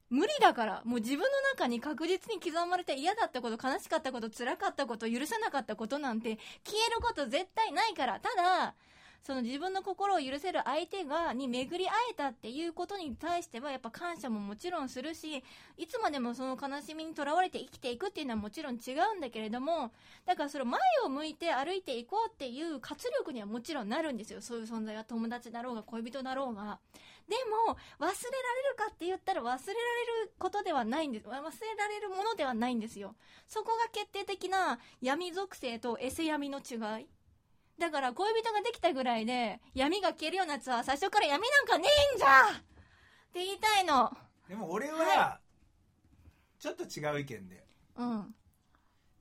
Speaker 1: 無理だから、もう自分の中に確実に刻まれて嫌だったこと、悲しかったこと、辛かったこと、許せなかったことなんて消えること絶対ないから、ただ、その自分の心を許せる相手が、に巡り会えたっていうことに対しては、やっぱ感謝ももちろんするし、いつまでもその悲しみにとらわれて生きていくっていうのはもちろん違うんだけれども、だからそれ前を向いて歩いていこうっていう活力にはもちろんなるんですよ。そういう存在が友達だろうが恋人だろうが。でも、忘れられるかって言ったら忘れられることではないんです。忘れられるものではないんですよ。そこが決定的な闇属性とエセ闇の違い。だから恋人ができたぐらいで闇が消えるようなやつは最初から闇なんかねえんじゃって言いたいの。
Speaker 2: でも俺は
Speaker 1: は
Speaker 2: ちょっと違う意見で
Speaker 1: うん。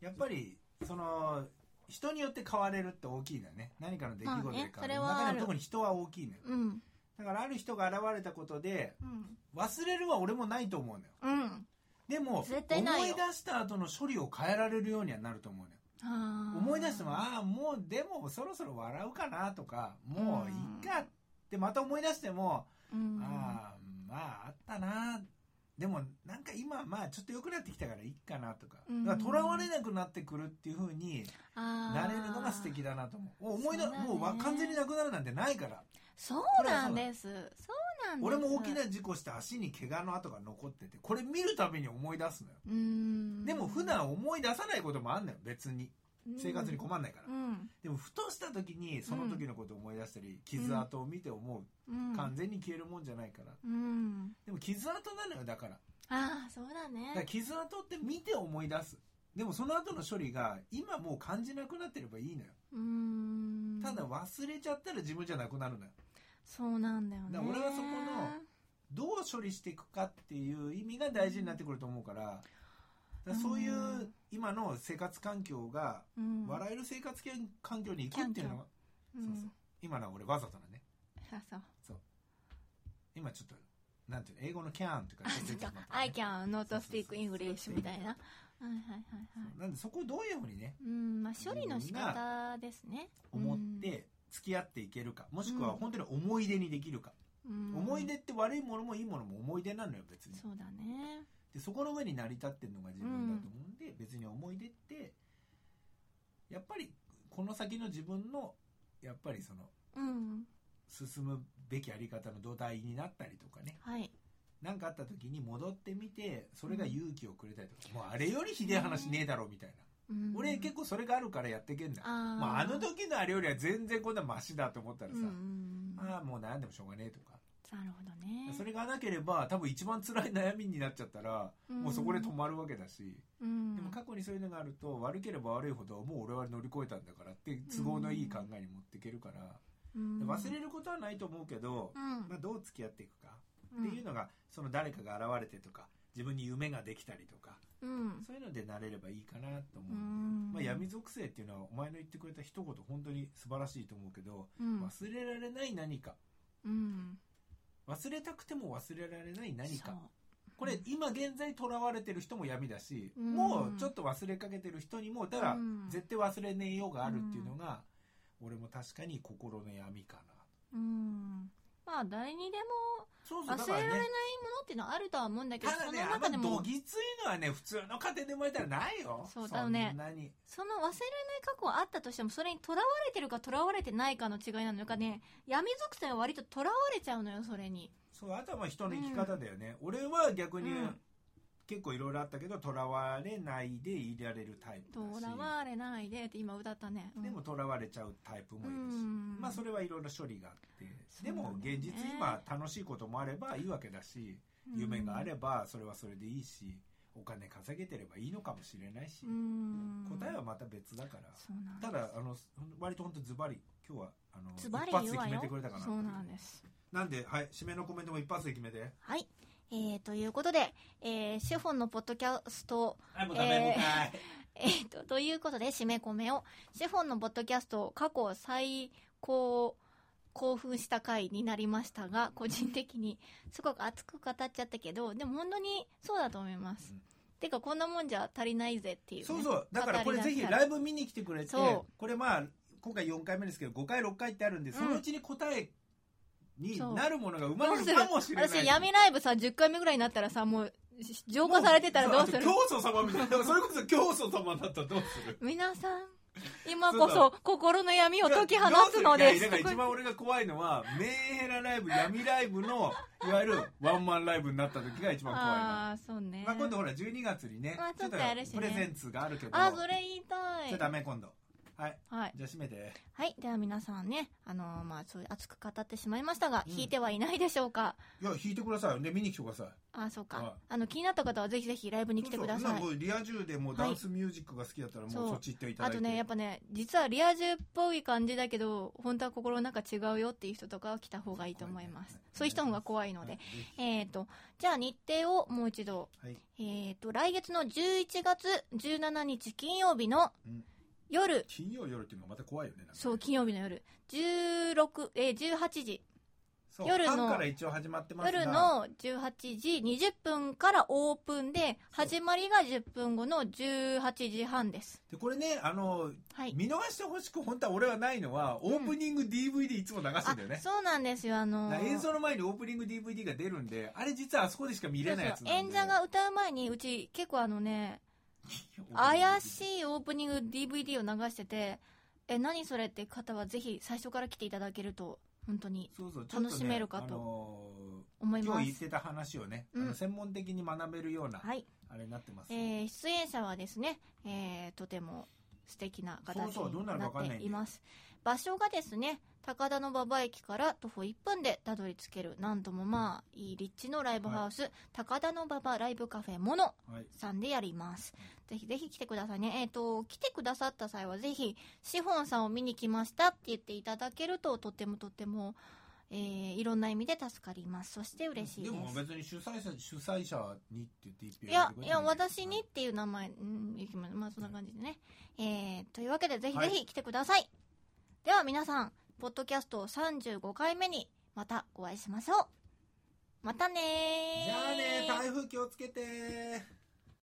Speaker 2: やっぱりその人によって変われるって大きいんだよね何かの出来事で変わる
Speaker 1: ま、あねそれはある
Speaker 2: 中でも特に人は大きいのよ
Speaker 1: うん。
Speaker 2: だからある人が現れたことで
Speaker 1: うん。
Speaker 2: 忘れるは俺もないと思うのよ
Speaker 1: うん。
Speaker 2: でも
Speaker 1: 絶対ないよ
Speaker 2: 思い出した後の処理を変えられるようにはなると思うのよ
Speaker 1: あー
Speaker 2: 思い出してもああもうでもそろそろ笑うかなとかもういいかってまた思い出しても
Speaker 1: うん
Speaker 2: ああまああったなでもなんか今まあちょっと良くなってきたからいいかなとか
Speaker 1: うん
Speaker 2: だかららわれなくなってくるっていうふうに
Speaker 1: あー
Speaker 2: なれるのが素敵だなと思う思いの
Speaker 1: そうだね
Speaker 2: もうわ完全になくなるなんてないから
Speaker 1: そうなんですそうなんです
Speaker 2: 俺も大きな事故して足に怪我の跡が残っててこれ見るたびに思い出すのよ
Speaker 1: うん
Speaker 2: でも普段思い出さないこともあんのよ別に生活に困んないから、
Speaker 1: うん
Speaker 2: でもふとした時にその時のことを思い出したり、傷跡を見て思う、
Speaker 1: うん
Speaker 2: 完全に消えるもんじゃないから
Speaker 1: うん
Speaker 2: でも傷跡なのよだから
Speaker 1: ああそうだ
Speaker 2: だから
Speaker 1: ね
Speaker 2: 傷跡って見て思い出すでもその後の処理が今もう感じなくなってればいいのよ
Speaker 1: うん
Speaker 2: ただ忘れちゃったら自分じゃなくなるのよ
Speaker 1: そうなんだよね
Speaker 2: だから俺はそこのどう処理していくかっていう意味が大事になってくると思うからだからそういう
Speaker 1: うん
Speaker 2: 今の生活環境が
Speaker 1: うん
Speaker 2: 笑える生活圏環境に行くっていうのが
Speaker 1: う
Speaker 2: そうんそう今のは俺わざとだね
Speaker 1: あそう
Speaker 2: 今ちょっとなんていうの英語の「キャン」とか
Speaker 1: (laughs) あそっか I can not speak English みたいなはいはいはいはい
Speaker 2: なんでそこをどういうふうにね
Speaker 1: うんまあ処理の仕方ですね
Speaker 2: 思って付き合っていけるかもしくは本当に思い出にできるか、
Speaker 1: うん
Speaker 2: 思い出って悪いものもいいものも思い出なのよ別に
Speaker 1: そうだね
Speaker 2: でそこの上に成り立ってるのが自分だと思うんで、別に思い出ってやっぱりこの先の自分のやっぱりその
Speaker 1: うん
Speaker 2: 進むべきあり方の土台になったりとかね
Speaker 1: はい
Speaker 2: 何かあった時に戻ってみてそれが勇気をくれたりとか、もうあれよりひでえ話ねえだろみたいな、
Speaker 1: うん
Speaker 2: 俺結構それがあるからやってけんだ
Speaker 1: あー
Speaker 2: まあ、あの時のあれよりは全然こんなマシだと思ったらさ、
Speaker 1: うんうんうん
Speaker 2: ああもう悩んでもしょうがねえとか、
Speaker 1: なるほどね
Speaker 2: それがなければ多分一番辛い悩みになっちゃったら、もうそこで止まるわけだし、
Speaker 1: うん
Speaker 2: でも過去にそういうのがあると悪ければ悪いほどもう俺は乗り越えたんだからって都合のいい考えに持っていけるから、
Speaker 1: うん
Speaker 2: 忘れることはないと思うけど、
Speaker 1: うん
Speaker 2: まあ、どう付き合っていくかっていうのが、その誰かが現れてとか自分に夢ができたりとか
Speaker 1: うん
Speaker 2: そういうので慣れればいいかなと思う
Speaker 1: うんん
Speaker 2: で、まあ、闇属性っていうのはお前の言ってくれた一言本当に素晴らしいと思うけど、
Speaker 1: うん
Speaker 2: 忘れられない何か
Speaker 1: うん
Speaker 2: 忘れたくても忘れられない何か
Speaker 1: そう
Speaker 2: これ今現在とらわれてる人も闇だし、
Speaker 1: うん
Speaker 2: もうちょっと忘れかけてる人にもだから
Speaker 1: うん
Speaker 2: 絶対忘れねえようがあるっていうのが、俺も確かに心の闇かな
Speaker 1: うんまあ誰にでも
Speaker 2: そうそうだ
Speaker 1: 忘
Speaker 2: か
Speaker 1: れら
Speaker 2: ら
Speaker 1: れないもの
Speaker 2: ね
Speaker 1: っていうのはあるとは思うんだけど
Speaker 2: ただ
Speaker 1: そ
Speaker 2: ね
Speaker 1: の
Speaker 2: あんま
Speaker 1: 中で
Speaker 2: ど
Speaker 1: も
Speaker 2: ぎついのはね普通の家庭で生まれたらないよ
Speaker 1: そうだよね
Speaker 2: そんなに
Speaker 1: その忘れられない過去はあったとしてもそれにとらわれてるかとらわれてないかの違いなのかね闇属性は割ととらわれちゃうのよそれに
Speaker 2: そうあとはまあ人の生き方だよね、俺は逆に
Speaker 1: うん
Speaker 2: 結構いろいろあったけどとらわれないでいられるタイプ
Speaker 1: と
Speaker 2: だし
Speaker 1: らわれないでって今歌ったね、うん
Speaker 2: でもとらわれちゃうタイプも
Speaker 1: う
Speaker 2: いるし、
Speaker 1: ん
Speaker 2: まあそれはいろいろ処理があって、
Speaker 1: そう
Speaker 2: で
Speaker 1: なんだよ
Speaker 2: も
Speaker 1: ね
Speaker 2: 現実今楽しいこともあればいいわけだし、夢があればそれはそれでいいしお金稼げてればいいのかもしれないし、
Speaker 1: うん
Speaker 2: 答えはまた別だから、
Speaker 1: そうなんです
Speaker 2: ただあの割と本当ズバリ今日はあの
Speaker 1: ズバリ
Speaker 2: 一発
Speaker 1: 言う
Speaker 2: で
Speaker 1: わ
Speaker 2: 決め
Speaker 1: よ
Speaker 2: てくれたかな
Speaker 1: そうなんです
Speaker 2: なんで、はい、締めのコメントも一発で決めて
Speaker 1: はいえー、ということで、えー、シェフォンのポッドキャスト
Speaker 2: はいもう
Speaker 1: う
Speaker 2: ダ
Speaker 1: ダ
Speaker 2: メ、
Speaker 1: メ
Speaker 2: も
Speaker 1: も
Speaker 2: う
Speaker 1: う
Speaker 2: 一
Speaker 1: 一
Speaker 2: 回
Speaker 1: 回えー、とということで締め込めをシェフォンのポッドキャスト過去最高興奮した回になりましたが個人的にすごく熱く語っちゃったけどでも本当にそうだと思います、
Speaker 2: うん
Speaker 1: てかこんなもんじゃ足りないぜっていう、ね、
Speaker 2: そうそうだからこれぜひライブ見に来てくれて
Speaker 1: そう
Speaker 2: これまあ今回4回目ですけど5回6回ってあるんでそのうちに答えになるものが生ま
Speaker 1: ど
Speaker 2: れ
Speaker 1: う
Speaker 2: る
Speaker 1: する
Speaker 2: かもしれない
Speaker 1: 私闇ライブさ10回目ぐらいになったらさもうし浄化されてたらどうする
Speaker 2: そうあと教祖様みたいなそれこそ教祖様だったらどうする
Speaker 1: 皆さん今こそ心の闇を解き放つの
Speaker 2: い
Speaker 1: で
Speaker 2: や
Speaker 1: す
Speaker 2: だから一番俺が怖いのはメンヘラライブ闇ライブのいわゆるワンマンライブになった時が一番怖いな
Speaker 1: ああーそうね
Speaker 2: まあ、今度ほら12月にね
Speaker 1: まあちょっとやるしね
Speaker 2: プレゼンツがあるけど
Speaker 1: あーそれ言いた
Speaker 2: じゃあ
Speaker 1: い
Speaker 2: ダメ今度はい
Speaker 1: はい
Speaker 2: じゃあ締めて
Speaker 1: はい。では皆さんね、あのーまあ、そういう熱く語ってしまいましたが、
Speaker 2: うん
Speaker 1: 弾いてはいないでしょうか。
Speaker 2: いや弾いてくださいで見に来てください
Speaker 1: あ、そうか。
Speaker 2: はい
Speaker 1: あの、気になった方はぜひぜひライブに来てくだ
Speaker 2: そう
Speaker 1: さ
Speaker 2: そ。
Speaker 1: いう
Speaker 2: もうリア充でもうダンスミュージックが好きだったらもう
Speaker 1: そう
Speaker 2: そっち行っていた
Speaker 1: あ
Speaker 2: だいて、
Speaker 1: とね、やっぱね、実はリア充っぽい感じだけど、本当は心の中違うよっていう人とかは来た方がいいと思います。
Speaker 2: はい
Speaker 1: そういう人の方が怖いので。
Speaker 2: はいぜ
Speaker 1: え
Speaker 2: ひ
Speaker 1: ーと、じゃあ日程をもう一度。
Speaker 2: はい
Speaker 1: えーと、来月の11月17日金曜日の
Speaker 2: うん
Speaker 1: 夜、
Speaker 2: 金曜夜っていうのがまた怖いよねなんかね
Speaker 1: そう、金曜日の夜、16、えー18時
Speaker 2: そう
Speaker 1: 夜の
Speaker 2: 半から一応始まってますが
Speaker 1: 夜の18時20分からオープンで、始まりが10分後の18時半です。
Speaker 2: でこれねあの
Speaker 1: はい。
Speaker 2: 見逃してほしく本当は俺はないのはオープニング DVD いつも流すんだよね、
Speaker 1: そうなんですよ、あの
Speaker 2: だから
Speaker 1: ー
Speaker 2: 映像の前にオープニング DVD が出るんであれ実はあそこでしか見れないやつ
Speaker 1: そうそう演者が歌う前に、うち結構あのね、怪しいオープニング DVD を流してて、え、何それって方はぜひ最初から来ていただけると、本当に
Speaker 2: そうそう
Speaker 1: 楽しめるかと
Speaker 2: ちょっ
Speaker 1: 思
Speaker 2: ねあ
Speaker 1: い
Speaker 2: の
Speaker 1: ま
Speaker 2: ー今日言っ
Speaker 1: す。
Speaker 2: てた話をね、
Speaker 1: うん
Speaker 2: あの専門的に学べるような、
Speaker 1: はい。
Speaker 2: あれになってます、
Speaker 1: えー出演者はですね、えーとても素敵な
Speaker 2: そう
Speaker 1: 形
Speaker 2: そうど
Speaker 1: に
Speaker 2: んなの
Speaker 1: な
Speaker 2: かわかんない
Speaker 1: っ
Speaker 2: んで
Speaker 1: ています。場所がですね、高田の馬場駅から徒歩1分でたどり着ける、なんともまあ、いい立地のライブハウス、高田の馬場ライブカフェモノ
Speaker 2: はい、
Speaker 1: さんでやります。ぜひぜひ来てくださいね。えっ、と、来てくださった際はぜひ、シフォンさんを見に来ましたって言っていただけると、とてもとても、えーいろんな意味で助かります。そして嬉しいで。
Speaker 2: ですも別に主催者主催者にって言って一票
Speaker 1: いや
Speaker 2: 入れてくれ、
Speaker 1: い
Speaker 2: て
Speaker 1: や、
Speaker 2: もんだよ
Speaker 1: 私にっていう名前、うん、いきます。まあ、そんな感じでね。えー、というわけで、ぜひ
Speaker 2: はい
Speaker 1: ぜひ来てください。では、皆さん、ポッドキャスト35回目に、またお会いしましょう。またねー。
Speaker 2: じゃあね台風気をつけて